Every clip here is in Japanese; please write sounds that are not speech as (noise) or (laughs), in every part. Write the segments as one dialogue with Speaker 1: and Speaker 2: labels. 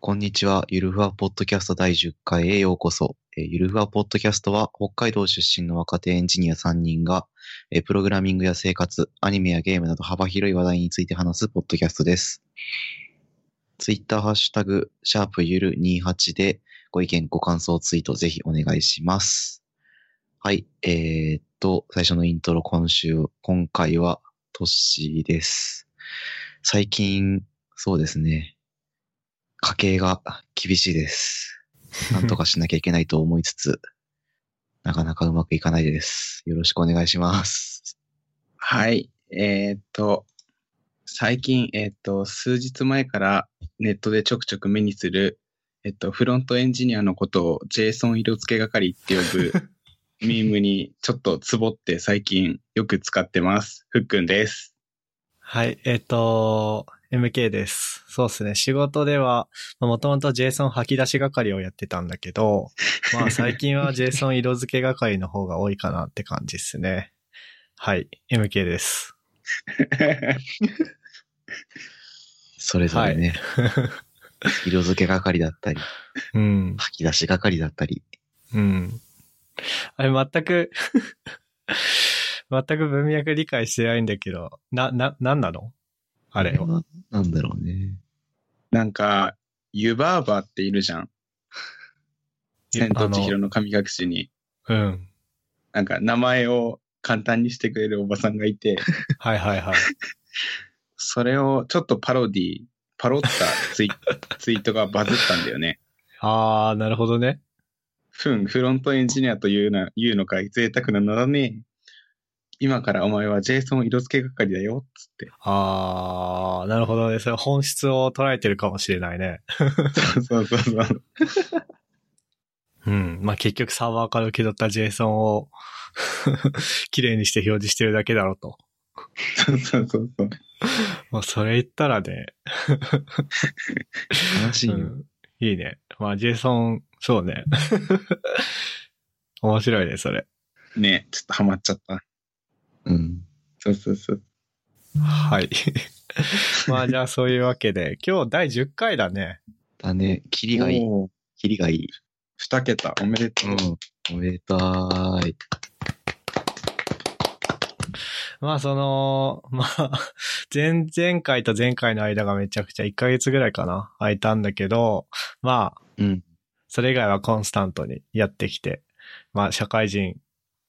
Speaker 1: こんにちは。ゆるふわポッドキャスト第10回へようこそ。えーゆるふわポッドキャストは、北海道出身の若手エンジニア3人が、えープログラミングや生活、アニメやゲームなど幅広い話題について話すポッドキャストです。ツイッターハッシュタグ、シャープゆる28で、ご意見、ご感想ツイートぜひお願いします。はい。えーっと、最初のイントロ、今週、今回は、トッシーです。最近、そうですね。家計が厳しいです。なんとかしなきゃいけないと思いつつ、 (laughs) なかなかうまくいかないです。よろしくお願いします。
Speaker 2: はい。えーっと、最近、えーっと、数日前からネットでちょくちょく目にする、えっと、フロントエンジニアのことを JSON 色付け係って呼ぶミームにちょっとツボって最近よく使ってます。ふっくんです。
Speaker 3: はい、えっ、と、MK です。そうですね。仕事では、もともと JSON 吐き出し係をやってたんだけど、ま
Speaker 2: (laughs)
Speaker 3: あ最近は JSON 色付け係の方が多いかなって感じですね。はい、MK です。
Speaker 1: それぞれね、 (laughs) 色付け係だったり、
Speaker 3: うん、
Speaker 1: 吐き出し係だったり。
Speaker 3: うん。あれ、全く、全く文脈理解してないんだけど、な、な、なんなのあれは。
Speaker 1: ななんだろうね。
Speaker 2: なんか、ユバーバーっているじゃん。千と千尋の神隠しに。
Speaker 3: うん。
Speaker 2: なんか、名前を簡単にしてくれるおばさんがいて、
Speaker 3: はいはいはい。
Speaker 2: それをちょっとパロディ、パロったツイツイートがバズったんだよね。
Speaker 3: あー、なるほどね。
Speaker 2: ふん、フロントエンジニアというな、言うのかい、贅沢なのだね。今からお前は JSON 色付け係だよ、つって。
Speaker 3: あー、なるほどね。それ本質を捉えてるかもしれないね。
Speaker 2: そうそうそうそう。
Speaker 3: うん。まあ、結局サーバーから受け取った JSON を (laughs) 綺麗にして表示してるだけだろうと。
Speaker 2: そうそうそうそう。
Speaker 3: まあ、それ言ったらね、
Speaker 1: 悲しいよ。
Speaker 3: うん、いいね。まあ、JSON、そうね。 (laughs) 面白いね、それ。
Speaker 2: ねちょっとハマっちゃった。
Speaker 1: うん。
Speaker 2: そうそうそう。
Speaker 3: (laughs) はい。まあ、じゃあ、そういうわけで、今日第10回だね。
Speaker 1: だね。キリがいい。
Speaker 2: おー
Speaker 1: キリがいい。
Speaker 2: 二桁、おめでとう。
Speaker 1: うん。おめでたーい。
Speaker 3: まあ、その、まあ、前々回と前回の間がめちゃくちゃ1ヶ月ぐらいかな、空いたんだけど、まあ、
Speaker 1: うん。
Speaker 3: それ以外はコンスタントにやってきて、まあ、社会人、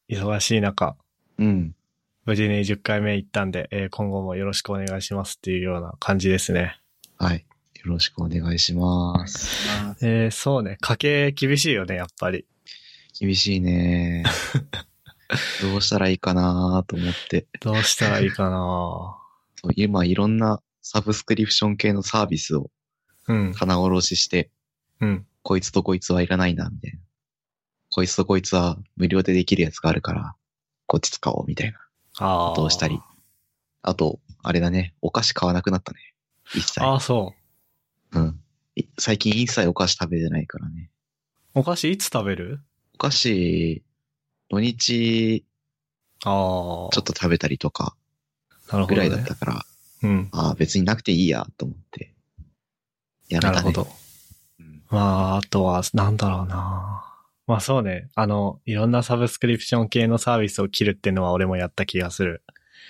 Speaker 3: 忙しい中、
Speaker 1: うん。
Speaker 3: 無事に10回目行ったんで、えー今後もよろしくお願いしますっていうような感じですね。
Speaker 1: はい。よろしくお願いします。
Speaker 2: あー
Speaker 3: えーそうね、家計厳しいよね、やっぱり。
Speaker 1: 厳しいね。どうしたらいいかなーと思って。
Speaker 3: どうしたらいい
Speaker 1: (laughs)
Speaker 3: かな
Speaker 1: そう今いろんなサブスクリプション系のサービスを
Speaker 3: うん、
Speaker 1: 棚卸しして、
Speaker 3: うん、
Speaker 1: こいつとこいつはいらないな、みたいな。こいつとこいつは無料でできるやつがあるから、こっち使おう、みたいな
Speaker 3: ああ。
Speaker 1: ことをしたり。。あと、あれだね、お菓子買わなくなったね。一切。
Speaker 3: ああ、そ
Speaker 1: うん。い最近一切お菓子食べてないからね。
Speaker 3: う。お菓子いつ食べる
Speaker 1: お菓子、土日、
Speaker 3: ああ。ちょ
Speaker 1: ちょっと食べたりとか、
Speaker 3: と
Speaker 1: ぐらいだったから、
Speaker 3: うん。
Speaker 1: ああ、別になくていいや、と思って。やめた、ね。
Speaker 3: なるほど。
Speaker 1: うん。
Speaker 3: まあ、あとは、なんだろうな。まあそうね。あの、いろんなサブスクリプション系のサービスを切るっていうのは俺もやった気がする。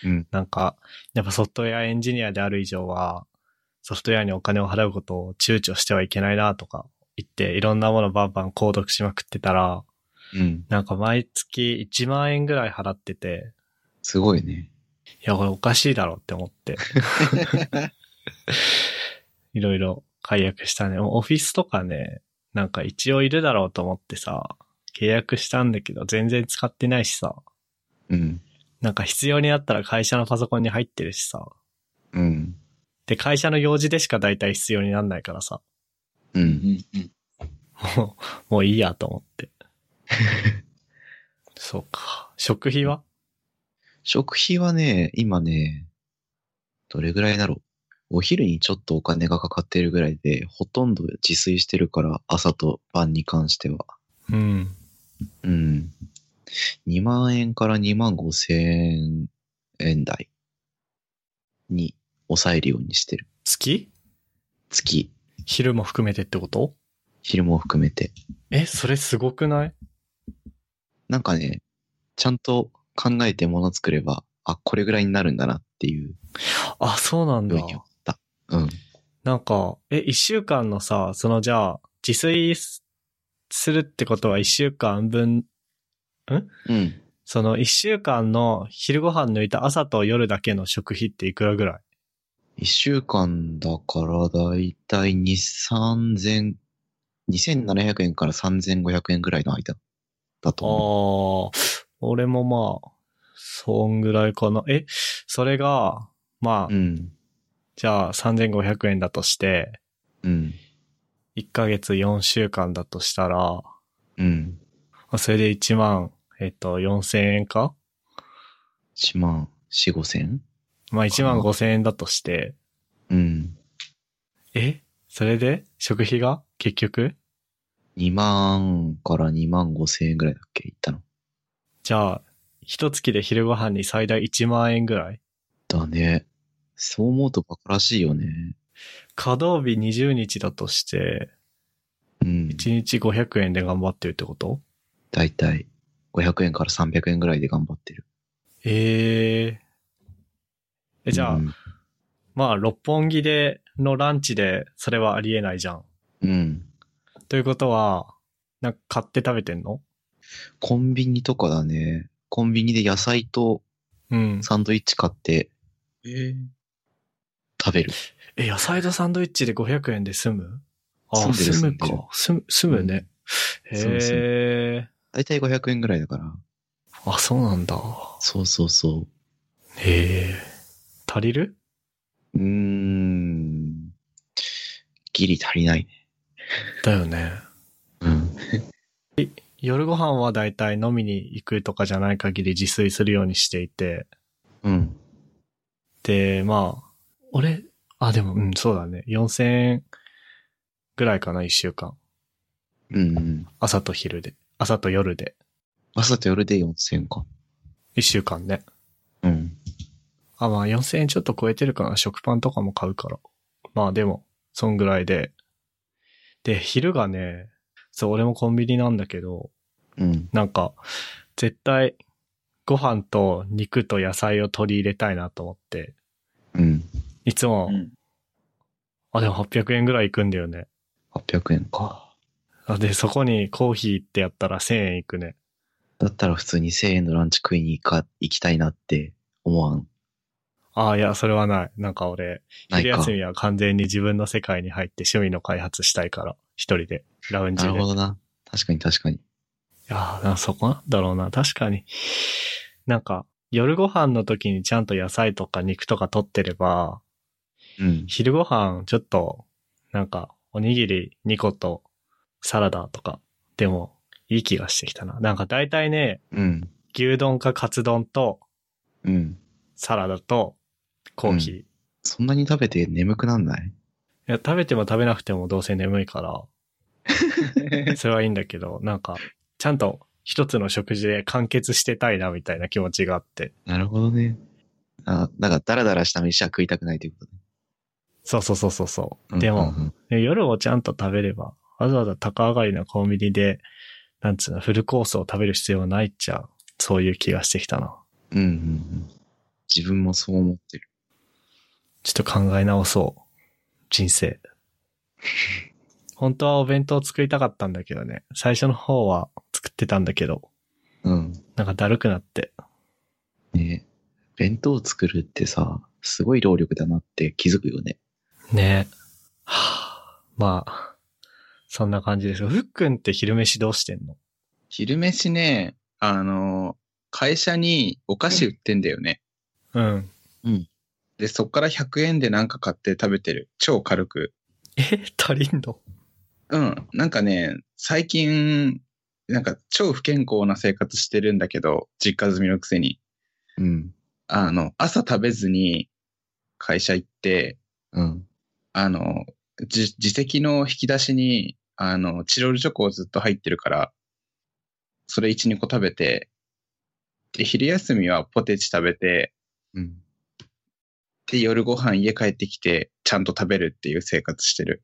Speaker 1: うん。
Speaker 3: なんか、やっぱソフトウェアエンジニアである以上は、ソフトウェアにお金を払うことを躊躇してはいけないなとか言って、いろんなものバンバン購読しまくってたら、
Speaker 1: うん。
Speaker 3: なんか毎月1万円ぐらい払ってて、
Speaker 1: すごいね。
Speaker 3: いや、これおかしいだろって思って。いろいろ解約したね。オフィスとかね、なんか一応いるだろうと思ってさ、契約したんだけど、全然使ってないしさ、
Speaker 1: うん。
Speaker 3: なんか必要になったら会社のパソコンに入ってるしさ、
Speaker 1: うん。
Speaker 3: で、会社の用事でしか大体必要になんないからさ、
Speaker 1: う。
Speaker 2: うんんうん
Speaker 3: もう、もういいやと思って。そうか。食費は
Speaker 1: 食費はね、今ね、どれぐらいだろう。お昼にちょっとお金がかかってるぐらいで、ほとんど自炊してるから、朝と晩に関しては。
Speaker 3: うん。
Speaker 1: うん。2万円から2万5千円台に抑えるようにしてる。
Speaker 3: 月
Speaker 1: 月。
Speaker 3: 昼も含めてってこと
Speaker 1: 昼も含めて。
Speaker 3: え、それすごくない
Speaker 1: なんかね、ちゃんと考えてもの作れば、あ、これぐらいになるんだなっていう
Speaker 3: あ、そうなん
Speaker 1: ふう
Speaker 3: だ。
Speaker 1: に思った。うん。
Speaker 3: なんか、え、一週間のさ、そのじゃあ、自炊すするってことは一週間分、
Speaker 1: うん。
Speaker 3: その一週間の昼ご飯抜いた朝と夜だけの食費っていくらぐらい
Speaker 1: 一週間だからだいたい2、3000、2700円から3500円ぐらいの間だ
Speaker 3: あ
Speaker 1: と思う。
Speaker 3: あ、俺もまあ、そんぐらいかな。え、それが、まあ、
Speaker 1: うん。
Speaker 3: じゃあ3500円だとして、
Speaker 1: うん。
Speaker 3: 1ヶ月4週間だとしたら、ま
Speaker 1: うん。
Speaker 3: あそれで1万、えっと、4000円か
Speaker 1: 1万4、5千
Speaker 3: まあ1万5000円だとして、
Speaker 1: うん。
Speaker 3: えそれで食費が結局
Speaker 1: 2万から2万5千円ぐらいだっけいったの。
Speaker 3: じゃあ、一月で昼ご飯に最大1万円ぐらい
Speaker 1: だね。そう思うとバカらしいよね。
Speaker 3: 稼働日20日だとして、
Speaker 1: うん。
Speaker 3: 1日500円で頑張ってるってこと
Speaker 1: だいたい500円から300円ぐらいで頑張ってる。
Speaker 3: えええ、じゃあ、
Speaker 1: うん
Speaker 3: まあ、六本木でのランチで、それはありえないじゃん。
Speaker 1: うん。
Speaker 3: ということは、なんか買って食べてんの
Speaker 1: コンビニとかだね。コンビニで野菜と
Speaker 3: うん。
Speaker 1: サンドイッチ買って
Speaker 2: えー
Speaker 1: 食べる。
Speaker 3: え、野菜とサンドイッチで500円で済むあ、
Speaker 1: 住んでる
Speaker 3: 済むか
Speaker 1: 住んでる。
Speaker 3: 済む、済むね。
Speaker 1: うん
Speaker 3: へ
Speaker 1: そうそう
Speaker 3: え。
Speaker 1: だいたい500円ぐらいだから。
Speaker 3: あ、そうなんだ。
Speaker 1: そうそうそう。
Speaker 3: へえ。足りる
Speaker 1: うーん。ギリ足りないね。
Speaker 3: だよね。
Speaker 1: うん。
Speaker 3: 夜ご飯はだいたい飲みに行くとかじゃない限り自炊するようにしていて。
Speaker 1: うん。
Speaker 3: で、まあ、俺、あ、でも、うん、そうだね。4000円ぐらいかな、1週間。
Speaker 1: うんうん。
Speaker 3: 朝と昼で。朝と夜で。
Speaker 1: 朝と夜で4000円か。
Speaker 3: 1週間ね。
Speaker 1: うん。
Speaker 3: あ、まあ4000円ちょっと超えてるかな。食パンとかも買うから。まあでも、そんぐらいで。で、昼がね、そう、俺もコンビニなんだけど、
Speaker 1: うん。
Speaker 3: なんか、絶対、ご飯と肉と野菜を取り入れたいなと思って、
Speaker 1: うん。
Speaker 3: いつも、
Speaker 2: うん
Speaker 3: あ、でも800円ぐらいいくんだよね。
Speaker 1: 800円か。
Speaker 3: あで、そこにコーヒーってやったら1000円いくね。
Speaker 1: だったら普通に1000円のランチ食いに行か、行きたいなって思わん。
Speaker 3: あいや、それはない。なんか俺、
Speaker 1: ない
Speaker 3: 昼
Speaker 1: か
Speaker 3: 休。みは完全に自分の世界に入って趣味の開発したいから、一人で、ラウンジ
Speaker 1: な
Speaker 3: で。
Speaker 1: るほどな。確かに確かに。
Speaker 3: いやーなそこなんだろうな。確かに。なんか、夜ご飯の時にちゃんと野菜とか肉とか取ってれば、
Speaker 1: うん。
Speaker 3: 昼ご飯ちょっと、なんか、おにぎり2個とサラダとか、でも、いい気がしてきたな。なんか大体ね、
Speaker 1: うん。
Speaker 3: 牛丼かカツ丼と
Speaker 1: うん。
Speaker 3: サラダとコーヒー。い
Speaker 1: そんなに食べて眠くなんない
Speaker 3: や、食べても食べなくてもどうせ眠
Speaker 1: (laughs)
Speaker 3: いから、それはいいんだけど、なんか、ちゃんと一つの食事で完結してたいなみたいな気持ちがあって。
Speaker 1: なるほどね。あ、なんかダラダラした飯は食いたくないということね
Speaker 3: そうそうそうそうそう。
Speaker 1: うん。
Speaker 3: でも、
Speaker 1: うん
Speaker 3: ね夜をちゃんと食べれば、わざわざ高上がりのコンビニで、なんつうの、フルコースを食べる必要はないっちゃ、そういう気がしてきたな。
Speaker 1: うんうんうん。自分もそう思ってる。
Speaker 3: ちょっと考え直そう。人生。本当はお弁当を作りたかったんだけどね。最初の方は作ってたんだけど、
Speaker 1: うん。
Speaker 3: なんかだるくなって。
Speaker 1: ね弁当作るってさ、すごい労力だなって気づくよね。
Speaker 3: ねえ。はあ、まあ、そんな感じですがふっくんって昼飯どうしてんの
Speaker 2: 昼飯ね、あの、会社にお菓子売ってんだよね。
Speaker 3: うん。
Speaker 2: で、そっから100円でなんか買って食べてる。超軽く。
Speaker 3: え、足りんの
Speaker 2: うん。なんかね、最近、なんか超不健康な生活してるんだけど、実家住みのくせに。
Speaker 1: うん。
Speaker 2: あの、朝食べずに会社行って、
Speaker 1: うん。
Speaker 2: あの、じ自責の引き出しに、あの、チロルチョコをずっと入ってるから、それ1、2個食べて、で、昼休みはポテチ食べて、
Speaker 1: うん。
Speaker 2: で、夜ご飯家帰ってきて、ちゃんと食べるっていう生活してる。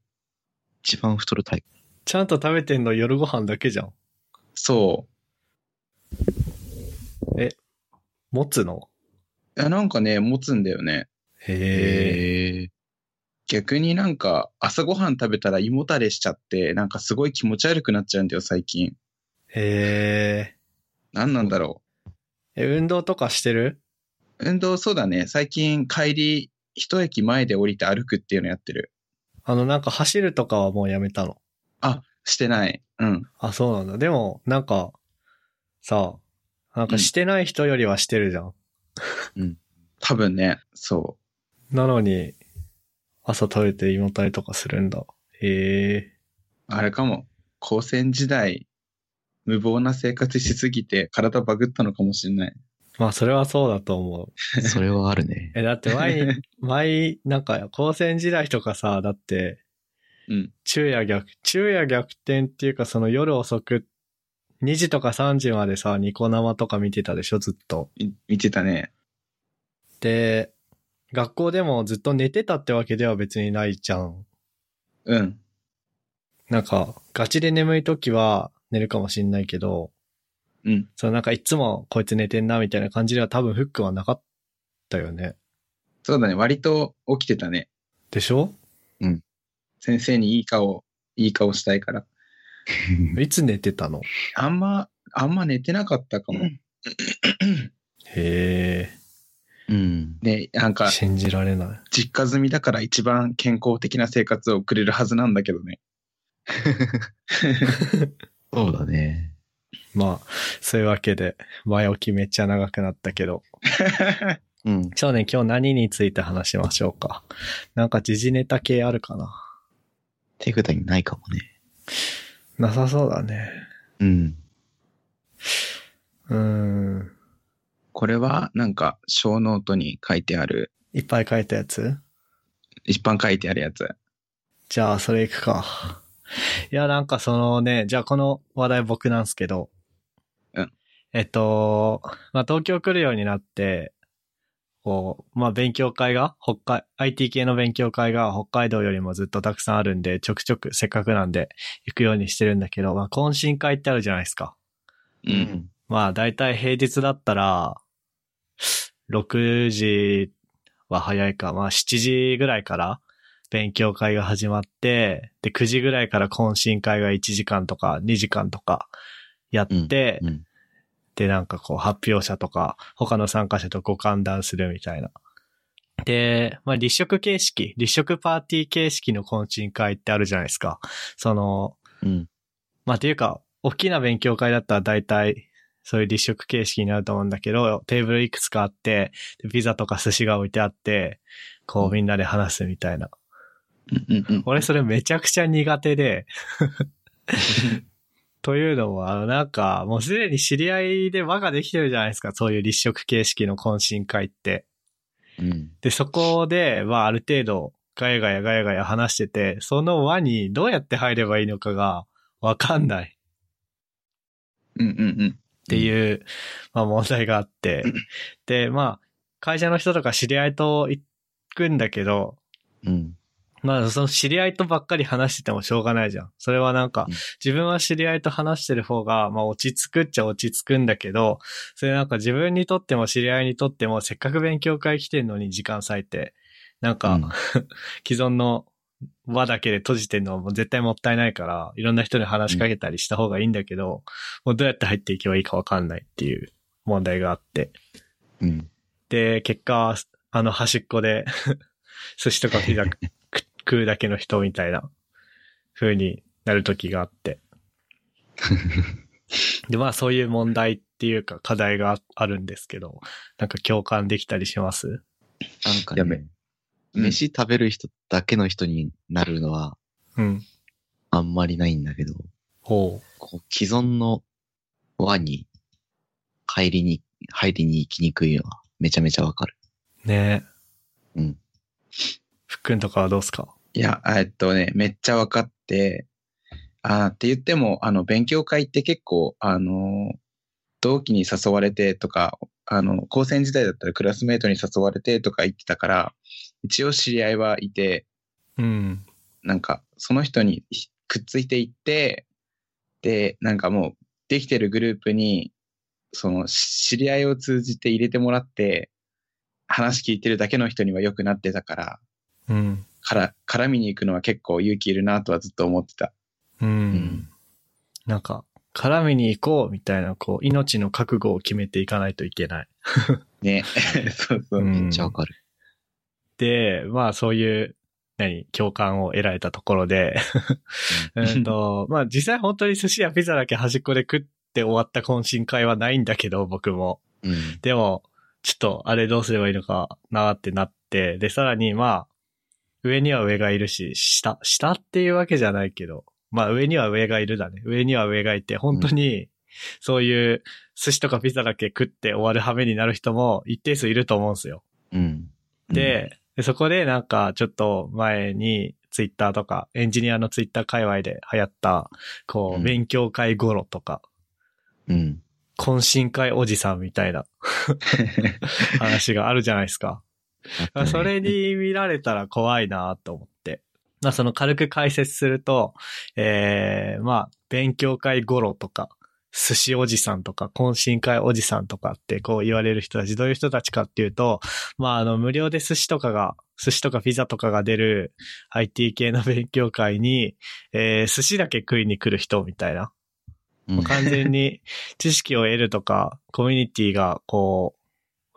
Speaker 1: 一番太るタイプ。
Speaker 3: ちゃんと食べてんの夜ご飯だけじゃん。
Speaker 2: そ
Speaker 3: 持つの
Speaker 2: う。いやなんかね、持つんだよね。
Speaker 3: へえ。
Speaker 2: え。逆になんか、朝ごはん食べたら胃もたれしちゃって、なんかすごい気持ち悪くなっちゃうんだよ、最近。
Speaker 3: へ
Speaker 2: 何なんだろ
Speaker 3: え。え、運動とかしてる
Speaker 2: う。運動、そうだね。最近帰り、一駅前で降りて歩くっていうのやってる。
Speaker 3: あの、なんか走るとかはもうやめたの。
Speaker 2: してない。うん。
Speaker 3: あ、そうなんだ。でも、なんか、さ、なんかしてない人よりはしてるじゃん。
Speaker 2: 多分ね、そ
Speaker 3: なのに、朝食べて胃もたれとかするんだ。へえ。
Speaker 2: う。あれかも。高専時代、無謀な生活しすぎて体バグったのかもしれない。
Speaker 3: まあ、それはそうだと思う。
Speaker 1: それはある (laughs) ね。
Speaker 3: え、だって前
Speaker 2: (laughs)
Speaker 3: に、前、なんか、高専時代とかさ、だって、
Speaker 2: うん。
Speaker 3: 昼夜逆、昼夜逆転っていうか、その夜遅く、2時とか3時までさ、ニコ生とか見てたでしょ、ずっと。
Speaker 2: い見てたね。
Speaker 3: で、学校でもずっと寝てたってわけでは別にないじゃん。
Speaker 2: うん。
Speaker 3: なんか、ガチで眠い時は寝るかもしんないけど、
Speaker 2: うん。
Speaker 3: そのなんかいつもこいつ寝てんなみたいな感じでは多分フックはなかったよね。
Speaker 2: そうだね。割と起きてたね。
Speaker 3: でしょ
Speaker 2: 先生にいい顔、いい顔したいから。
Speaker 3: いつ寝てたの
Speaker 2: あんま、あんま寝てなかったかも。
Speaker 3: へ
Speaker 1: うん。
Speaker 2: で、なん
Speaker 3: え、
Speaker 2: か、
Speaker 3: 信じられない。
Speaker 2: 実家住みだから一番健康的な生活を送れるはずなんだけどね。
Speaker 1: そうだね。
Speaker 3: まあ、そういうわけで、前置きめっちゃ長くなったけど。
Speaker 1: うん。
Speaker 3: そうね、今日何について話しましょうか。なんか時事ネタ系あるかな
Speaker 1: 手札にないかもね。
Speaker 3: なさそうだね。
Speaker 1: うん。
Speaker 3: うーん。
Speaker 2: これは、なんか、小ノートに書いてある、
Speaker 3: いっぱい書いたやつ
Speaker 2: 一般書いてあるやつ。
Speaker 3: じゃあ、それいくか。いや、なんかそのね、じゃあこの話題僕なんですけど。
Speaker 2: うん。
Speaker 3: えっと、まあ、東京来るようになって、こう、まあ、勉強会が、北海、IT 系の勉強会が北海道よりもずっとたくさんあるんで、ちょくちょくせっかくなんで行くようにしてるんだけど、まあ、懇親会ってあるじゃないですか。
Speaker 2: う。。
Speaker 1: うん
Speaker 3: まあ、だいたい平日だったら、6時は早いか、まあ7時ぐらいから勉強会が始まって、で、9時ぐらいから懇親会が1時間とか2時間とかやって、
Speaker 1: うん。
Speaker 3: で、なんかこう発表者とか他の参加者とご歓談するみたいな。で、まあ立食形式、立食パーティー形式の懇親会ってあるじゃないですか。その、
Speaker 1: うん。
Speaker 3: まあ、ていうか、大きな勉強会だったら大体、そういう立食形式になると思うんだけど、テーブルいくつかあって、でピザとか寿司が置いてあって、こうみんなで話すみたいな。
Speaker 2: うんうん
Speaker 3: 俺それめちゃくちゃ苦手で、というのも、あのなんか、もうすでに知り合いで輪ができてるじゃないですか、そういう立食形式の懇親会って。
Speaker 1: うん。
Speaker 3: で、そこで、まあ、ある程度、ガヤガヤガヤガヤ話してて、その輪にどうやって入ればいいのかが、わかんない。
Speaker 2: うんうんうん。
Speaker 3: っていう、まあ問題があって。で、まあ、会社の人とか知り合いと行くんだけど、
Speaker 1: うん。
Speaker 3: まあその知り合いとばっかり話しててもしょうがないじゃん。それはなんか
Speaker 1: うん、
Speaker 3: 自分は知り合いと話してる方が、まあ落ち着くっちゃ落ち着くんだけど、それなんか自分にとっても知り合いにとっても、せっかく勉強会来てんのに時間割いて、なんか、
Speaker 1: うん
Speaker 3: 既存の輪だけで閉じてんのはもう絶対もったいないから、いろんな人に話しかけたりした方がいいんだけど、もうどうやって入っていけばいいかわかんないっていう問題があって。
Speaker 1: うん。
Speaker 3: で、結果、あの端っこで、 (laughs) 寿司とかピザ食食うだけの人みたいな風になる時があって。で、まあそういう問題っていうか課題があるんですけど、なんか共感できたりします
Speaker 1: なんか
Speaker 2: やべ
Speaker 1: ね、飯食べる人だけの人になるのは
Speaker 3: うん。
Speaker 1: あんまりないんだけど、
Speaker 3: ほ
Speaker 1: こう既存の輪に入りに、入りに行きにくいのはめちゃめちゃわかる。
Speaker 3: う。ねえ。
Speaker 1: うん。
Speaker 3: ふっくんとかはどうすか
Speaker 2: いや、えっとね、めっちゃ分かって、あーって言っても、あの、勉強会って結構、あの、同期に誘われてとか、あの、高専時代だったらクラスメートに誘われてとか言ってたから、一応知り合いはいて、
Speaker 3: うん。
Speaker 2: なんか、その人にくっついていって、で、なんかもう、できてるグループに、その、知り合いを通じて入れてもらって、話聞いてるだけの人には良くなってたから、
Speaker 3: うん。
Speaker 2: から、絡みに行くのは結構勇気いるなとはずっと思ってた。
Speaker 3: うん。
Speaker 1: ん
Speaker 3: なんか、絡みに行こうみたいな、こう、命の覚悟を決めていかないといけない。 (laughs)
Speaker 2: ね。そうそう。
Speaker 3: うん
Speaker 1: めっちゃわかる。
Speaker 3: で、まあそういう、何、共感を得られたとこ
Speaker 1: (laughs)
Speaker 3: ろで、うんと、まあ実際本当に寿司やピザだけ端っこで食って終わった懇親会はないんだけど、僕も。
Speaker 1: うん。
Speaker 3: でも、ちょっとあれどうすればいいのかなってなって、で、さらにまあ、上には上がいるし、下、下っていうわけじゃないけど、まあ上には上がいるだね。上には上がいて、本当に、そういう寿司とかピザだけ食って終わる羽目になる人も一定数いると思うんですよ。
Speaker 1: うん。
Speaker 3: で、でそこでなんかちょっと前にツイッターとか、エンジニアのツイッター界隈で流行った、こ
Speaker 1: う
Speaker 3: う、
Speaker 1: ん
Speaker 3: 勉強会ごろとか、
Speaker 1: うん、
Speaker 3: 懇親会おじさんみたいな話があるじゃないですか。
Speaker 1: あったね
Speaker 3: それに見られたら怖いなと思って。まあその軽く解説すると、えー、まあ、勉強会ごろとか、寿司おじさんとか、懇親会おじさんとかってこう言われる人たち、どういう人たちかっていうと、まああの無料で寿司とかが、寿司とかピザとかが出る IT 系の勉強会に、えー、寿司だけ食いに来る人みたいな。
Speaker 1: うん
Speaker 3: 完全に知識を得るとか、コミュニティがこ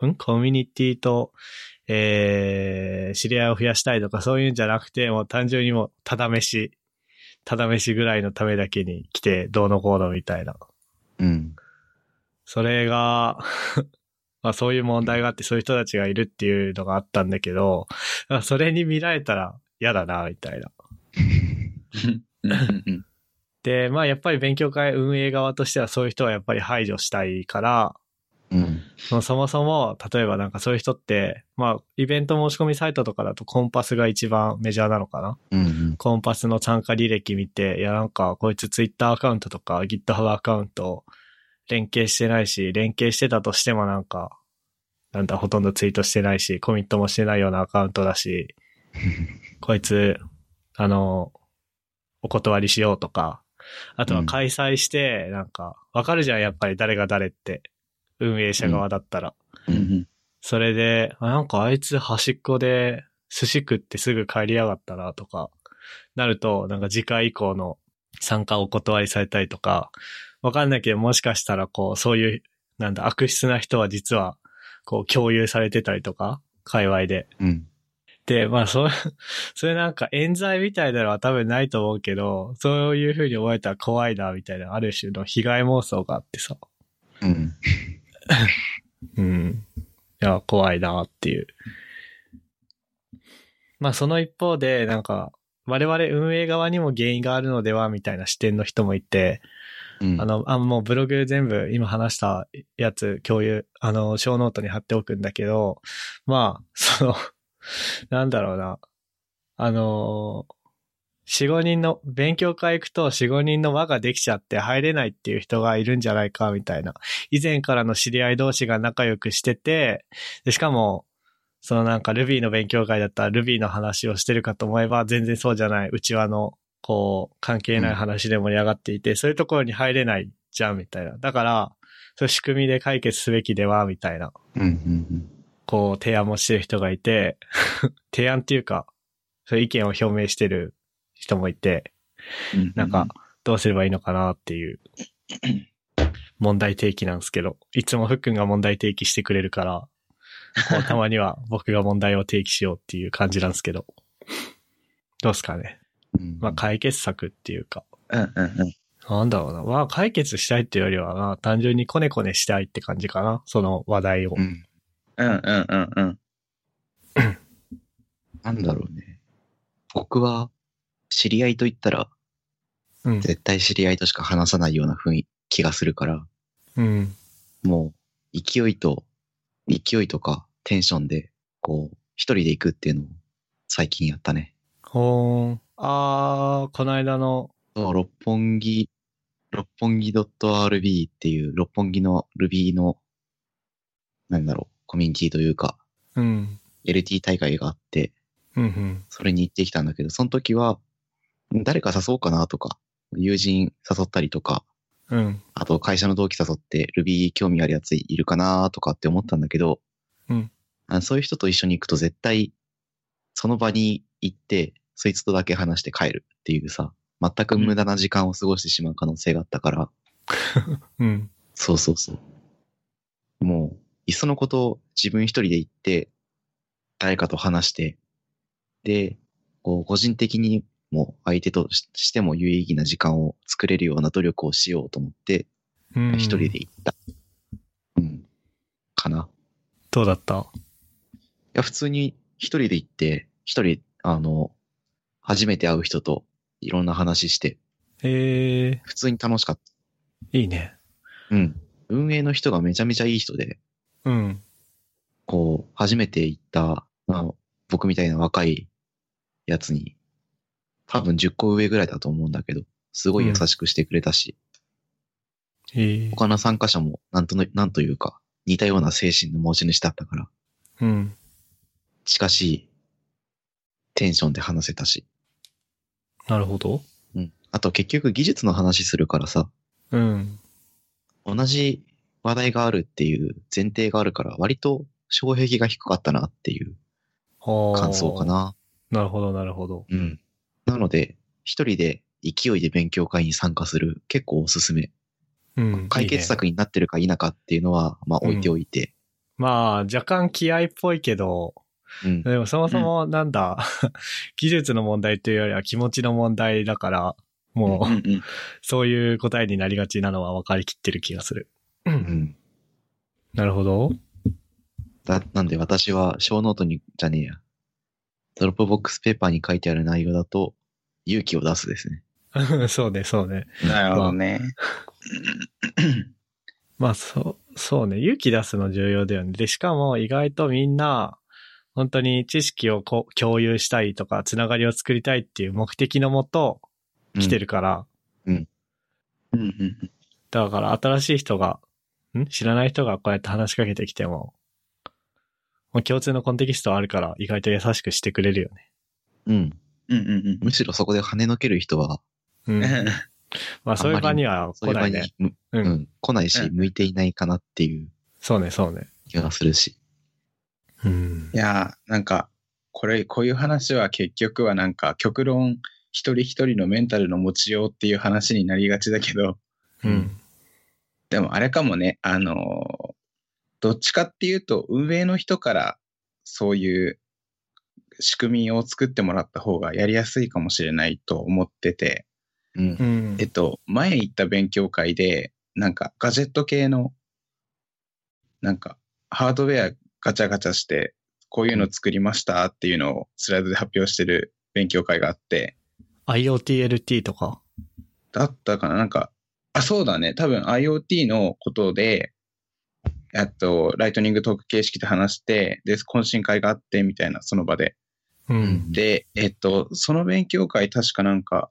Speaker 3: う、んコミュニティと、えー、知り合いを増やしたいとかそういうんじゃなくて、もう単純にもう、ただ飯、ただ飯ぐらいのためだけに来て、どうのこうのみたいな。
Speaker 1: うん。
Speaker 3: それが、 (laughs) まあそういう問題があって、そういう人たちがいるっていうのがあったんだけど、あそれに見られたら嫌だな、みたいな。
Speaker 2: うんうんうん
Speaker 3: で、まあやっぱり勉強会運営側としてはそういう人はやっぱり排除したいから、
Speaker 1: うん。
Speaker 3: そのそもそも、例えばなんかそういう人って、まあ、イベント申し込みサイトとかだとコンパスが一番メジャーなのかな
Speaker 1: うん。
Speaker 3: コンパスの参加履歴見て、いやなんかこいつ Twitter アカウントとか GitHub アカウント連携してないし、連携してたとしてもなんか、なんだほとんどツイートしてないし、コミットもしてないようなアカウント
Speaker 1: (laughs)
Speaker 3: だし、こいつ、あの、お断りしようとか、あとは開催して、なんか、わかるじゃん、やっぱり誰が誰って、運営者側だったら。
Speaker 2: うんうん
Speaker 3: それで、あなんかあいつ端っこで寿司食ってすぐ帰りやがったなとか、なると、なんか次回以降の参加をお断りされたりとか、わかんないけどもしかしたらこう、そういう、なんだ、悪質な人は実は、こう共有されてたりとか、界隈で。
Speaker 1: うん。
Speaker 3: で、まあ、そう、 (laughs) それなんか冤罪みたいなのは多分ないと思うけど、そういう風に思えたら怖いな、みたいな、ある種の被害妄想があってさ。
Speaker 1: うん。
Speaker 3: うん。いや、怖いなっていう。まあ、その一方で、なんか、我々運営側にも原因があるのでは、みたいな視点の人もいて、
Speaker 1: うん。
Speaker 3: あの、あ、もうブログ全部今話したやつ共有、あの、小ノートに貼っておくんだけど、まあ、その、なんだろうな。あの、四五人の、勉強会行くと四五人の輪ができちゃって入れないっていう人がいるんじゃないか、みたいな。以前からの知り合い同士が仲良くしてて、でしかも、そのなんか Ruby の勉強会だったら Ruby の話をしてるかと思えば全然そうじゃない、うちわの、こう、関係ない話で盛り上がっていて、そういうところに入れないじゃん、みたいな。だから、そういう仕組みで解決すべきでは、みたいな、
Speaker 1: うん。うん。
Speaker 3: こう、提案もしてる人がいて、 (laughs) 提案っていうか、そういう意見を表明してる人もいて、
Speaker 2: うん
Speaker 3: なんか、どうすればいいのかなっていう、問題提起なんですけど、いつもふっくんが問題提起してくれる
Speaker 1: (laughs)
Speaker 3: から、こうたまには僕が問題を提起しようっていう感じなんですけど、どうですかね。
Speaker 1: うん。
Speaker 3: まあ、解決策っていうか、
Speaker 2: うんうんうん。
Speaker 3: なんだろうな。まあ、解決したいっていうよりは、まあ、単純にコネコネしたいって感じかな。その話題を
Speaker 1: う。ん。
Speaker 2: うんうんうんうん。
Speaker 1: なんだろうね。僕は、知り合いと言ったら、
Speaker 3: うん。
Speaker 1: 絶対知り合いとしか話さないような雰囲気がするから、
Speaker 3: うん。
Speaker 1: もう、勢いと、勢いとか、テンションで、こう、一人で行くっていうのを、最近やったね。
Speaker 3: ほーん。あー、この間の、
Speaker 1: そう、六本木、六本木 .rb っていう、六本木の Ruby の、なんだろう、コミュニティというか、
Speaker 3: うん。
Speaker 1: LT 大会があって、
Speaker 3: うん、うん。
Speaker 1: それに行ってきたんだけど、その時は、誰か誘おうかなとか、友人誘ったりとか、
Speaker 3: うん。
Speaker 1: あと会社の同期誘って Ruby 興味あるやついるかなとかって思ったんだけど、
Speaker 3: うん
Speaker 1: あそういう人と一緒に行くと絶対、その場に行って、そいつとだけ話して帰るっていうさ、全く無駄な時間を過ごしてしまう可能性があったから、
Speaker 3: うん。
Speaker 1: そうそうそう。もう、いっそのこと自分一人で行って、誰かと話して、で、こう個人的にも相手とししても有意義な時間を作れるような努力をしようと思って、
Speaker 3: うん。
Speaker 1: 一人で行った。うん。かな。
Speaker 3: どうだった
Speaker 1: いや、普通に一人で行って、一人、あの、初めて会う人といろんな話して、
Speaker 3: え
Speaker 1: 普通に楽しかっ
Speaker 3: ー、いいね。
Speaker 1: た。うん。運営の人がめちゃめちゃいい人で、
Speaker 3: うん。
Speaker 1: こう、初めて行った、まあ、僕みたいな若いやつに、多分10個上ぐらいだと思うんだけど、すごい優しくしてくれたし、
Speaker 3: えー、
Speaker 1: 他の参加者もなんとの、なんというか、似たような精神の持ち主だったから、
Speaker 3: うん。
Speaker 1: 近しいテンションで話せたし、
Speaker 3: なるほど。
Speaker 1: うん。あと結局技術の話するからさ、
Speaker 3: うん。
Speaker 1: 同じ話題があるっていう前提があるから、割と障壁が低かったなっていう
Speaker 3: はあ
Speaker 1: 感想か。な。
Speaker 3: なるほど、なるほど。
Speaker 1: うん。なので、一人で勢いで勉強会に参加する、結構おすすめ。
Speaker 3: うん。
Speaker 1: 解決
Speaker 3: いいね
Speaker 1: 策になってるか否かっていうのは、まあ置いておいて。
Speaker 3: まあ、若干気合っぽいけど、
Speaker 1: うん。
Speaker 3: でもそもそもなんだ、 (laughs) 技術の問題というよりは気持ちの問題だから、もう、
Speaker 2: うん
Speaker 3: そういう答えになりがちなのは分かりきってる気がする。う。
Speaker 1: うんん。
Speaker 3: なるほど。 (laughs)
Speaker 1: だ、なんで私は、小ノートに、じゃねえや。ドロップボックスペーパーに書いてある内容だと、勇気を出すですね。
Speaker 3: そうね、そうね。
Speaker 2: うん。なるほどね。
Speaker 3: まあ、そう、そうね。勇気出すの重要だよね。で、しかも意外とみんな、本当に知識をこう共有したいとか、つながりを作りたいっていう目的のもと来てるから、
Speaker 2: うんうん
Speaker 3: だから新しい人が、ん知らない人がこうやって話しかけてきても、もう共通のコンテキストはあるから意外と優しくしてくれるよね。
Speaker 1: うん。うん。
Speaker 2: うんうん
Speaker 1: むしろそこで跳ねのける人は、
Speaker 3: うん
Speaker 2: う。ん。
Speaker 3: まあそういう場には
Speaker 1: そういう
Speaker 3: 来な
Speaker 1: 場
Speaker 3: い
Speaker 1: に、
Speaker 3: ね。
Speaker 1: む
Speaker 3: う。
Speaker 1: うんん、来ないし、
Speaker 2: うん
Speaker 1: 向いていないかなっていう
Speaker 3: そうね、そうね。
Speaker 1: 気がするし。
Speaker 3: うん
Speaker 2: い。やー、なんか、これ、こういう話は結局はなんか、極論、一人一人のメンタルの持ちようっていう話になりがちだけど、
Speaker 3: うん。
Speaker 2: でもあれかもね、あのーどっちかっていうと、運営の人からそういう仕組みを作ってもらった方がやりやすいかもしれないと思ってて、
Speaker 1: うん
Speaker 3: う。ん
Speaker 2: えっと、前行った勉強会で、なんかガジェット系の、なんかハードウェアガチャガチャして、こういうの作りましたっていうのをスライドで発表してる勉強会があって、
Speaker 3: IoTLT とか。
Speaker 2: だったかななんか、あ、そうだね。多分 IoT のことで、えっと、ライトニングトーク形式で話して、で、懇親会があって、みたいな、その場で。
Speaker 3: う。
Speaker 1: うんん。
Speaker 2: で、えっと、その勉強会、確かなんか、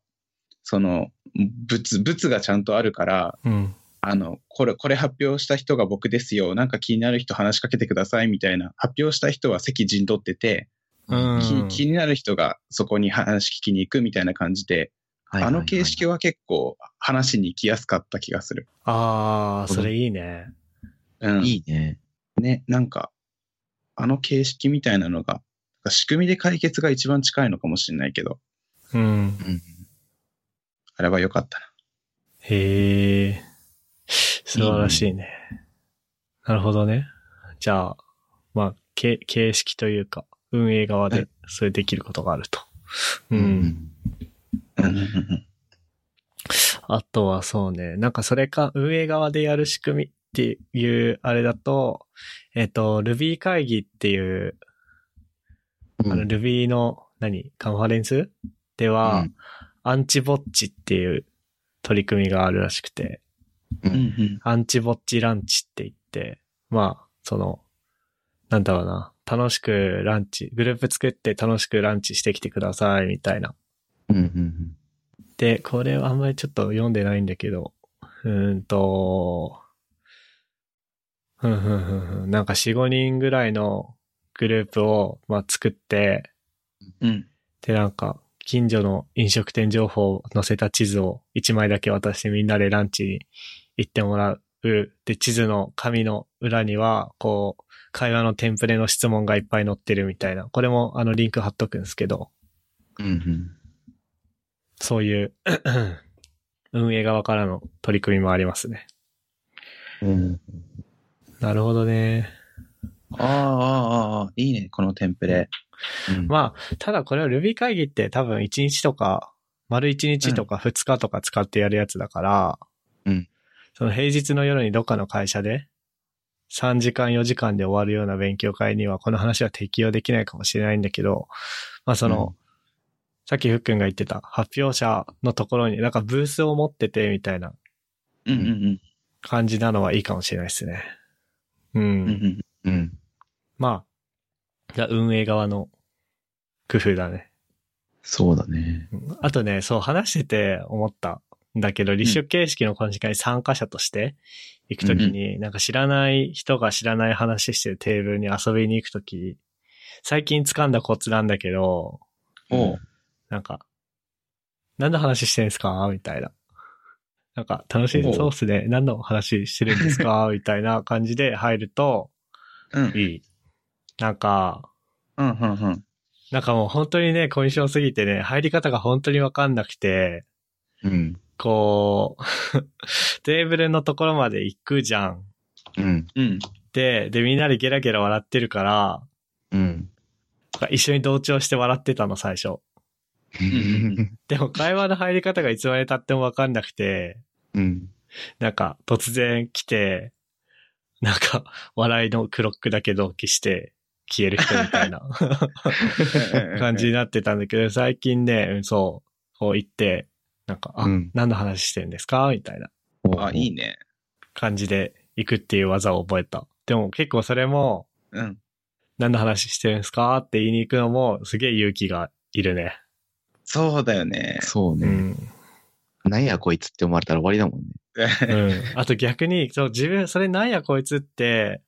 Speaker 2: その、物、物がちゃんとあるから、
Speaker 3: うん。
Speaker 2: あの、これ、これ発表した人が僕ですよ。なんか気になる人話しかけてくださいみたいな。発表した人は席陣取ってて、
Speaker 3: うん
Speaker 2: き気になる人がそこに話聞きに行くみたいな感じで、
Speaker 1: はい
Speaker 2: あの形式は結構話に行きやすかった気がする。
Speaker 3: ああ、それいいね。
Speaker 2: うん。
Speaker 1: いいね。
Speaker 2: ね、なんか、あの形式みたいなのが、なんか仕組みで解決が一番近いのかもしれないけど、
Speaker 3: うん。
Speaker 1: うん。
Speaker 2: あれは良かった
Speaker 3: へえ、素晴らしいね。なるほどね。じゃあ、まあ、け形式というか、運営側
Speaker 2: は
Speaker 3: で
Speaker 2: い
Speaker 3: それできることがあると。う。
Speaker 1: うんん。
Speaker 2: な。うんうんうん
Speaker 3: あとはそうね、なんかそれか、運営側でやる仕組みっていうあれだと、えっ、と、Ruby 会議っていう、あの Ruby の何、カンファレンスでは、
Speaker 1: うん
Speaker 3: アンチボッチっていう取り組みがあるらしくて、
Speaker 1: う。
Speaker 2: うんん
Speaker 3: アンチボッチランチって言って、まあ、その、なんだろうな、楽しくランチ、グループ作って楽しくランチしてきてください、みたいな。
Speaker 1: うんうん
Speaker 3: で、これはあんまりちょっと読んでないんだけど、うーんと、ふんふんふんふん、なんか4、5人ぐらいのグループを、まあ、作って、
Speaker 2: うん。
Speaker 3: で、なんか、近所の飲食店情報を載せた地図を1枚だけ渡してみんなでランチに行ってもらう。で、地図の紙の裏には、こう、会話のテンプレの質問がいっぱい載ってるみたいな。これもあのリンク貼っとくんですけど、
Speaker 1: うんうん。
Speaker 3: そういう (clears throat) 運営側からの取り組みもありますね。
Speaker 1: うん、
Speaker 3: なるほどね。
Speaker 2: ああ、ああ、ああ、いいね、このテンプレ。
Speaker 1: あ、
Speaker 3: まあ、ただこれは Ruby 会議って多分1日とか、丸1日とか2日とか使ってやるやつだから、
Speaker 1: うん
Speaker 3: その平日の夜にどっかの会社で、3時間4時間で終わるような勉強会にはこの話は適用できないかもしれないんだけど、まあその、さっきふっくんが言ってた発表者のところになんかブースを持っててみたいな
Speaker 2: うんうん
Speaker 3: 感じなのはいいかもしれないですね。う。
Speaker 2: うんん。うんうん、
Speaker 1: うん。
Speaker 3: まあ、じゃあ運営側の工夫だね。
Speaker 1: そうだね。
Speaker 3: あとね、そう話してて思ったんだけど、立食形式の懇親会に参加者として行くときに、なんか知らない人が知らない話してるテーブルに遊びに行くとき、最近掴んだコツなんだけど、
Speaker 2: おう
Speaker 3: なんか、何の話してるんですかみたいな。なんか、楽しいそうっすね。何の話してるんです (laughs) かみたいな感じで入ると
Speaker 2: うん、うん
Speaker 3: いい。なんか、
Speaker 2: うんうん。
Speaker 3: なんかもう本当にね、コミッションすぎてね、入り方が本当にわかんなくて、
Speaker 1: うん。
Speaker 3: こう、 (laughs) テーブルのところまで行くじゃん。
Speaker 1: うん。
Speaker 2: うん。
Speaker 3: で、で、みんなでゲラゲラ笑ってるから、
Speaker 1: うん。
Speaker 3: 一緒に同調して笑ってたの、最初。
Speaker 1: うん。
Speaker 3: でも、会話の入り方がいつまで経ってもわかんなくて、
Speaker 1: うん。
Speaker 3: なんか、突然来て、なんか、笑いのクロックだけ同期して、消える人みた
Speaker 1: (laughs)
Speaker 3: いな感じになってたんだけど、最近ね、うんそう、こう言って、なんか、あ、
Speaker 1: うん
Speaker 3: 何の話してんですかみたいな。
Speaker 2: あ、いいね。
Speaker 3: 感じで行くっていう技を覚えた。でも結構それも、
Speaker 2: うん。
Speaker 3: 何の話してるんですかって言いに行くのも、すげえ勇気がいるね。
Speaker 2: そうだよね。
Speaker 1: そう
Speaker 3: う
Speaker 1: ね。
Speaker 3: ん。
Speaker 1: なんやこいつって思われたら終わりだもんね。
Speaker 3: うん。あと逆に、そう、自分、それなんやこいつって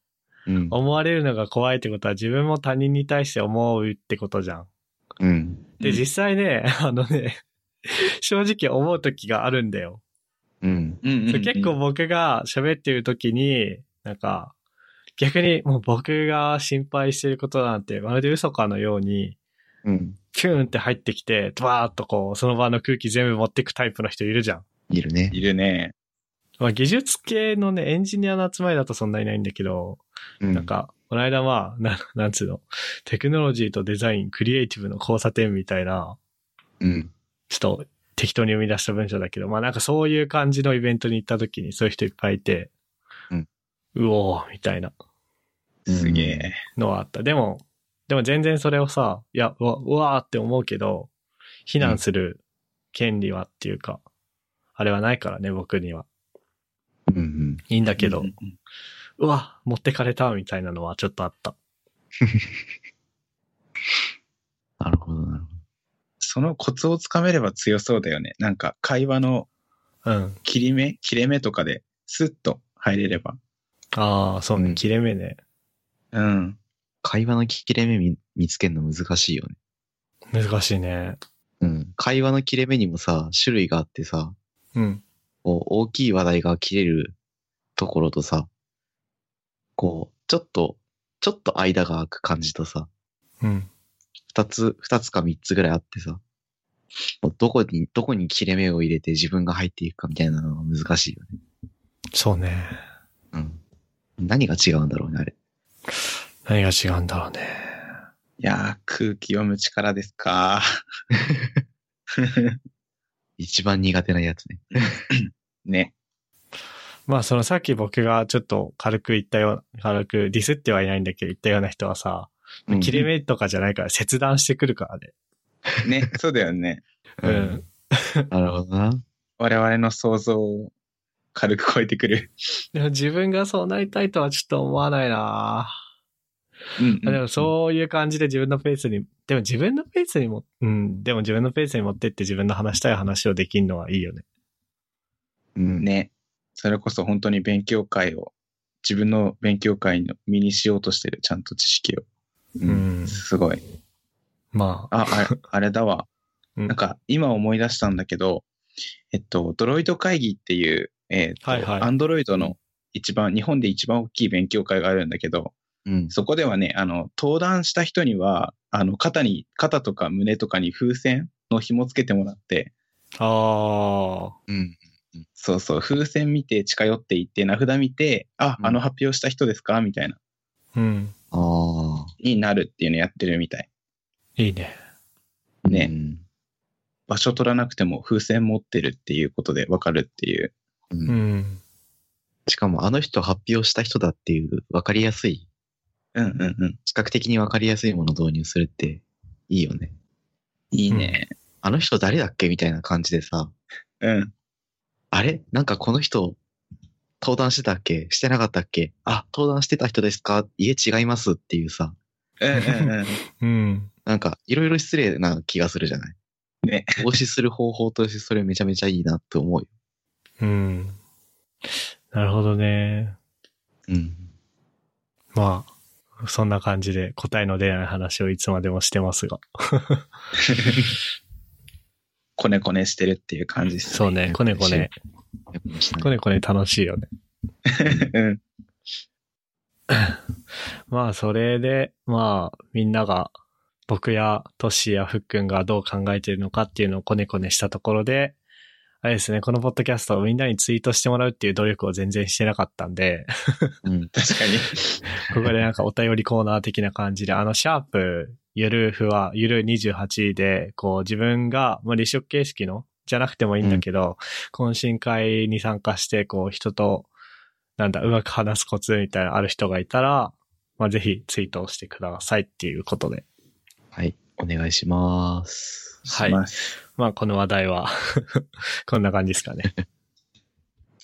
Speaker 1: うん。
Speaker 3: 思われるのが怖いってことは、自分も他人に対して思うってことじゃん。
Speaker 1: うん。
Speaker 3: (laughs) で、実際ね、 (laughs) あのね、正直思う時があるんだよ。
Speaker 1: うん。
Speaker 2: うんうん
Speaker 3: そう結構、僕が喋ってる時に、なんか、逆にもう僕が心配してることなんて、まるで嘘かのように、
Speaker 1: うん。
Speaker 3: キューンって入ってきて、ドワーッとこう、その場の空気全部持ってくタイプの人いるじゃん。
Speaker 1: いるね。
Speaker 2: いるね。
Speaker 3: まあ、技術系のね、エンジニアの集まりだとそんないないんだけど、
Speaker 1: うん
Speaker 3: なん。か、この間まあ、な (laughs) なんつうの、テクノロジーとデザイン、クリエイティブの交差点みたいな、
Speaker 1: うん。
Speaker 3: ちょっと適当に生み出した文章だけど、まあなんかそういう感じのイベントに行った時にそういう人いっぱいいて、
Speaker 1: うん
Speaker 3: うおー、みたいな
Speaker 2: すげえ。
Speaker 3: のはあった。でも、でも全然それをさ、いや、うわ、うわーって思うけど、非難する権利はっていうか、あれはないからね、僕には。
Speaker 1: うんうん。
Speaker 3: いいんだけど、
Speaker 2: う
Speaker 3: うんわ、持ってかれたみたいなのはちょっとあった。
Speaker 1: なるほど、なるほ
Speaker 2: そのコツをつかめれば強そうだよね。なんか、会話の
Speaker 3: うん。
Speaker 2: 切り目、切れ目とかで、スッと入れれば。
Speaker 3: ああ、そうね、
Speaker 1: うん
Speaker 3: 切れ目ね。
Speaker 2: うん。
Speaker 1: ど。会話の切れ目見見つけるの難しいよね。
Speaker 3: 難しいね。
Speaker 1: うん。会話の切れ目にもさ、種類があってさ、
Speaker 3: うん。
Speaker 1: こう、大きい話題が切れるところとさ、こう、ちょっと、ちょっと間が空く感じとさ、
Speaker 3: うん。
Speaker 1: 二つ、二つか三つぐらいあってさ、もうどこに、どこに切れ目を入れて自分が入っていくかみたいなのが難しいよね。
Speaker 3: そうね。
Speaker 1: うん。何が違うんだろうね、あれ。
Speaker 3: 何が違うんだろうね。
Speaker 2: いやー、空気読む力ですか。
Speaker 1: 一番苦手なやつね。
Speaker 2: ね。
Speaker 3: まあ、そのさっき僕がちょっと軽く言ったような、軽くディスってはいないんだけど言ったような人はさ、
Speaker 1: うん
Speaker 3: 切れ目とかじゃないから切断してくるからね。
Speaker 2: ね。そうだよね。
Speaker 3: うん。
Speaker 1: (laughs) なるほどな。
Speaker 2: 我々の想像を軽く超えてくる。
Speaker 3: でも自分がそうなりたいとはちょっと思わないな
Speaker 2: うん
Speaker 3: でもそういう感じで自分のペースに、でも自分のペースにも、うん、でも自分のペースに持ってって自分の話したい話をできるのはいいよね。
Speaker 1: うん。
Speaker 2: ね。それこそ本当に勉強会を、自分の勉強会の身にしようとしてる、ちゃんと知識を。
Speaker 1: うん。
Speaker 3: ん
Speaker 2: すごい。
Speaker 3: ま
Speaker 1: (laughs)
Speaker 3: あ、
Speaker 2: あ、あれ、あれだわ。
Speaker 3: うん
Speaker 2: なんか今思い出したんだけど、えっと、ドロイド会議っていう、えっと、
Speaker 3: はいはい
Speaker 2: アンドロイドの一番、日本で一番大きい勉強会があるんだけど、
Speaker 1: うん。
Speaker 2: そこではね、あの、登壇した人には、あの、肩に、肩とか胸とかに風船の紐つけてもらって、
Speaker 3: あ
Speaker 1: うん。
Speaker 2: そうそう、風船見て近寄っていって、名札見て、あ、
Speaker 1: うん
Speaker 2: あの発表した人ですかみたいな、
Speaker 3: あ。うん。
Speaker 1: あ
Speaker 2: になるっていうのやってるみたい。
Speaker 3: いいね。
Speaker 1: あ。
Speaker 2: ね
Speaker 1: うん
Speaker 2: 場所取らなくても風船持ってるっていうことでわかるっていう。
Speaker 1: うん
Speaker 3: うん。
Speaker 1: しかも、あの人発表した人だっていう、わかりやすい、
Speaker 2: うんうんうん。
Speaker 1: 視覚的にわかりやすいものを導入するって、いいよね。
Speaker 2: いいね。
Speaker 1: あの人誰だっけみたいな感じでさ、
Speaker 2: うん。
Speaker 1: あれなんかこの人、登壇してたっけしてなかったっけあ、登壇してた人ですかいえ、違いますっていうさ、
Speaker 2: うんうん (laughs) うん。
Speaker 3: うん。
Speaker 1: なんか、いろいろ失礼な気がするじゃない
Speaker 2: ね。
Speaker 1: 防止する方法としてそれめちゃめちゃいいなって思うよ。
Speaker 3: うん。なるほどね。
Speaker 1: うん。
Speaker 3: まあ、そんな感じで答えの出ない話をいつまでもしてますが。
Speaker 2: こねこねしてるっていう感じです。
Speaker 3: そうね、こねこね。
Speaker 1: やっぱしない
Speaker 3: こねこね楽しいよね。
Speaker 2: うん。
Speaker 3: まあ、それで、まあ、みんなが、僕やトシやフックンがどう考えてるのかっていうのをこねこねしたところで、あれですね、このポッドキャストをみんなにツイートしてもらうっていう努力を全然してなかったんで、
Speaker 1: うん。
Speaker 2: 確かに。
Speaker 3: ここでなんかお便りコーナー的な感じで、あの、シャープ、ゆるふは、ゆる28で、こう自分が、まあ、立食形式の、じゃなくてもいいんだけど、懇親会に参加して、こう人と、なんだ、うまく話すコツみたいなのある人がいたら、まあ、ぜひツイートをしてくださいっていうことで。
Speaker 1: はい。お願いします。
Speaker 3: はい
Speaker 2: します。
Speaker 3: まあ、この話題は、 (laughs) こんな感じですかね。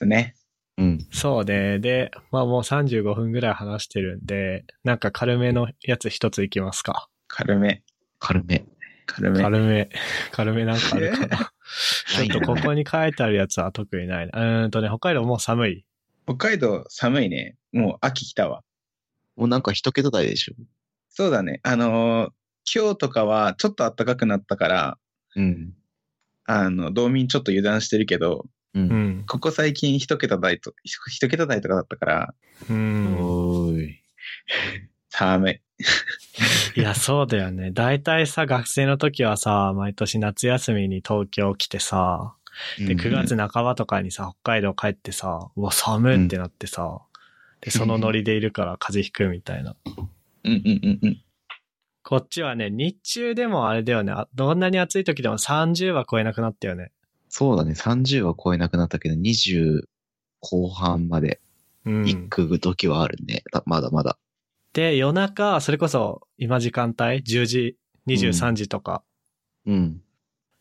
Speaker 2: ね。
Speaker 1: うん。
Speaker 3: そうね。で、まあもう35分ぐらい話してるんで、なんか軽めのやつ一ついきますか。
Speaker 2: 軽め。
Speaker 1: 軽め。
Speaker 2: 軽め。
Speaker 3: 軽め、軽めなんかあるかな。ちょっとここに書いてあるやつは特にないな。うーんとね、北海道もう寒い。
Speaker 2: 北海道寒いね。もう秋来たわ。
Speaker 1: もうなんか一桁台でしょ。
Speaker 2: そうだね。あのー今日とかはちょっと暖かくなったから、
Speaker 1: うん。
Speaker 2: あの、道民ちょっと油断してるけど、
Speaker 1: う。
Speaker 3: うんん。
Speaker 2: ここ最近一桁台と、一桁台とかだったから、
Speaker 3: うん。
Speaker 1: おーい。
Speaker 2: 寒い。
Speaker 3: いや、そうだよね。大体さ、学生の時はさ、毎年夏休みに東京来てさ、で、
Speaker 1: うん
Speaker 3: 9月半ばとかにさ、北海道帰ってさ、うわ、寒いってなってさ、で、そのノリでいるから風邪ひくみたいな。
Speaker 2: うんうんうんうん。
Speaker 3: こっちはね、日中でもあれだよね。あどんなに暑い時でも30は超えなくなったよね。
Speaker 1: そうだね。30は超えなくなったけど、20後半まで
Speaker 3: うん。
Speaker 1: 行く時はあるね。だまだまだ。
Speaker 3: で、夜中、それこそ今時間帯、10時、23時とか
Speaker 1: うん。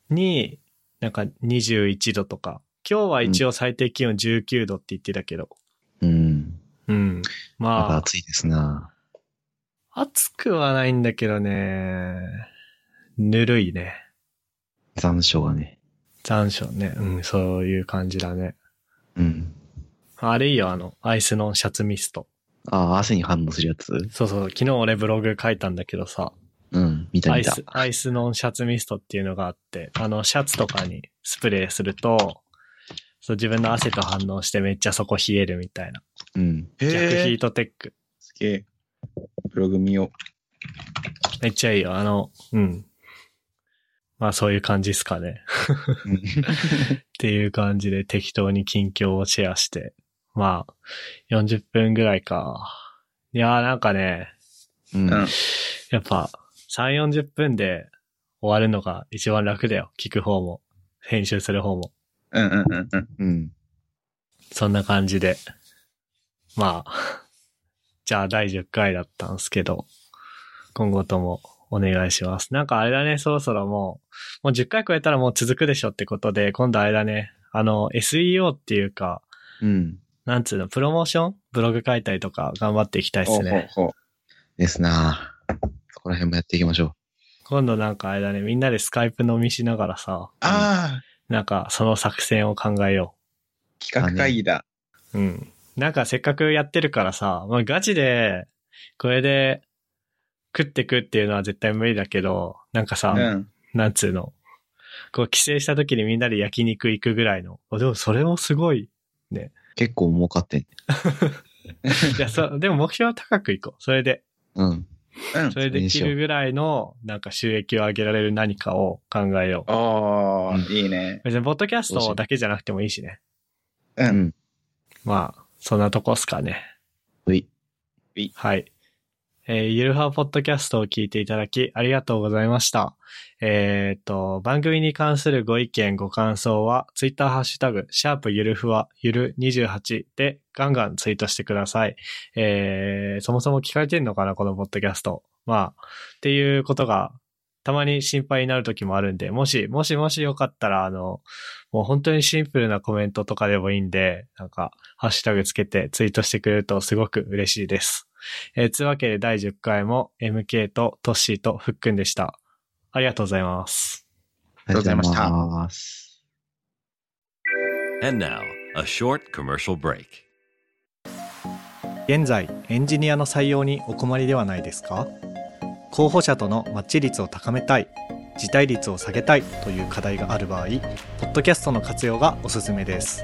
Speaker 3: に、なんか21度とか、今日は一応最低気温19度って言ってたけど、
Speaker 1: うん。
Speaker 3: うん。
Speaker 1: まだ
Speaker 3: ま
Speaker 1: 暑いですな。
Speaker 3: あ、暑くはないんだけどね、ぬるいね。
Speaker 1: 残暑がね。
Speaker 3: 残暑ね。うん、そういう感じだね。
Speaker 1: うん。
Speaker 3: あれいいよ、あの、アイスノンシャツミスト。
Speaker 1: ああ、汗に反応するやつ
Speaker 3: そうそう、昨日俺ブログ書いたんだけどさ、
Speaker 1: うん。見た
Speaker 3: ア
Speaker 1: 見
Speaker 3: イ
Speaker 1: た。
Speaker 3: ス、アイスノンシャツミストっていうのがあって、あの、シャツとかにスプレーすると、そう、自分の汗と反応してめっちゃそこ冷えるみたいな。
Speaker 1: うん。
Speaker 3: 逆ヒートテック。
Speaker 2: すげえ。ブログ見よ
Speaker 3: めっちゃいいよ。あの、うん。まあそういう感じですかね。っていう感じで適当に近況をシェアして。まあ、40分ぐらいか。いやーなんかね、
Speaker 1: うん
Speaker 2: う。うん。
Speaker 3: やっぱ3、40分で終わるのが一番楽だよ。聞く方も、編集する方も。
Speaker 2: うんうんうんうん。
Speaker 1: うん。
Speaker 3: そんな感じで。まあ、 (laughs) じゃあ第10回だったんですけど、今後ともお願いします。なんかあれだね、そろそろもう、もう10回超えたらもう続くでしょってことで、今度あれだね、あの、SEO っていうか、
Speaker 1: うん。
Speaker 3: なんつうの、プロモーションブログ書いたりとか頑張っていきたいです
Speaker 2: ほう
Speaker 3: ね。
Speaker 2: ほうほ
Speaker 1: ですな。そこら辺もやっていきましょ
Speaker 3: 今度なんかあれだね、みんなでスカイプ飲みしながらさ、
Speaker 2: うああ、
Speaker 3: なんかその作戦を考えよう。
Speaker 2: 企画会議だ。
Speaker 3: うん。なんかせっかくやってるからさ、まあ、ガチで、これで、食ってくっていうのは絶対無理だけど、なんかさ、
Speaker 2: うん。
Speaker 3: なんつうの、こう帰省した時にみんなで焼肉行くぐらいの。あでもそれもすごい。
Speaker 1: 結構儲かってんね。
Speaker 3: いや、 (laughs) そう、でも目標は高くいこう。それで。
Speaker 1: うん。
Speaker 2: うん
Speaker 3: それできるぐらいの、なんか収益を上げられる何かを考えよう。
Speaker 2: ああ、
Speaker 1: うん
Speaker 2: いいね。
Speaker 3: 別に、ポッドキャストだけじゃなくてもいいしね。
Speaker 2: う。
Speaker 1: うんん。
Speaker 3: まあ、そんなとこっすかね。
Speaker 1: うい。
Speaker 3: はい。えーゆるはわポッドキャストを聞いていただき、ありがとうございました。えーっと、番組に関するご意見、ご感想は、ツイッターハッシュタグ、シャープゆるふわ、ゆる28で、ガンガンツイートしてください。えーそもそも聞かれてんのかな、このポッドキャスト。まあ、っていうことが、たまに心配になる時もあるんで、もし、もしもしよかったら、あの、もう本当にシンプルなコメントとかでもいいんで、なんか、ハッシュタグつけてツイートしてくれるとすごく嬉しいです。えーつうわけで第10回も MK とトッシーとふっくんでした。ありがとうございます。
Speaker 1: ありがとうございます。
Speaker 4: And now, a short commercial break.
Speaker 3: 現在エンジニアの採用にお困りではないですか候補者とのマッチ率を高めたい辞退率を下げたいという課題がある場合ポッドキャストの活用がおすすめです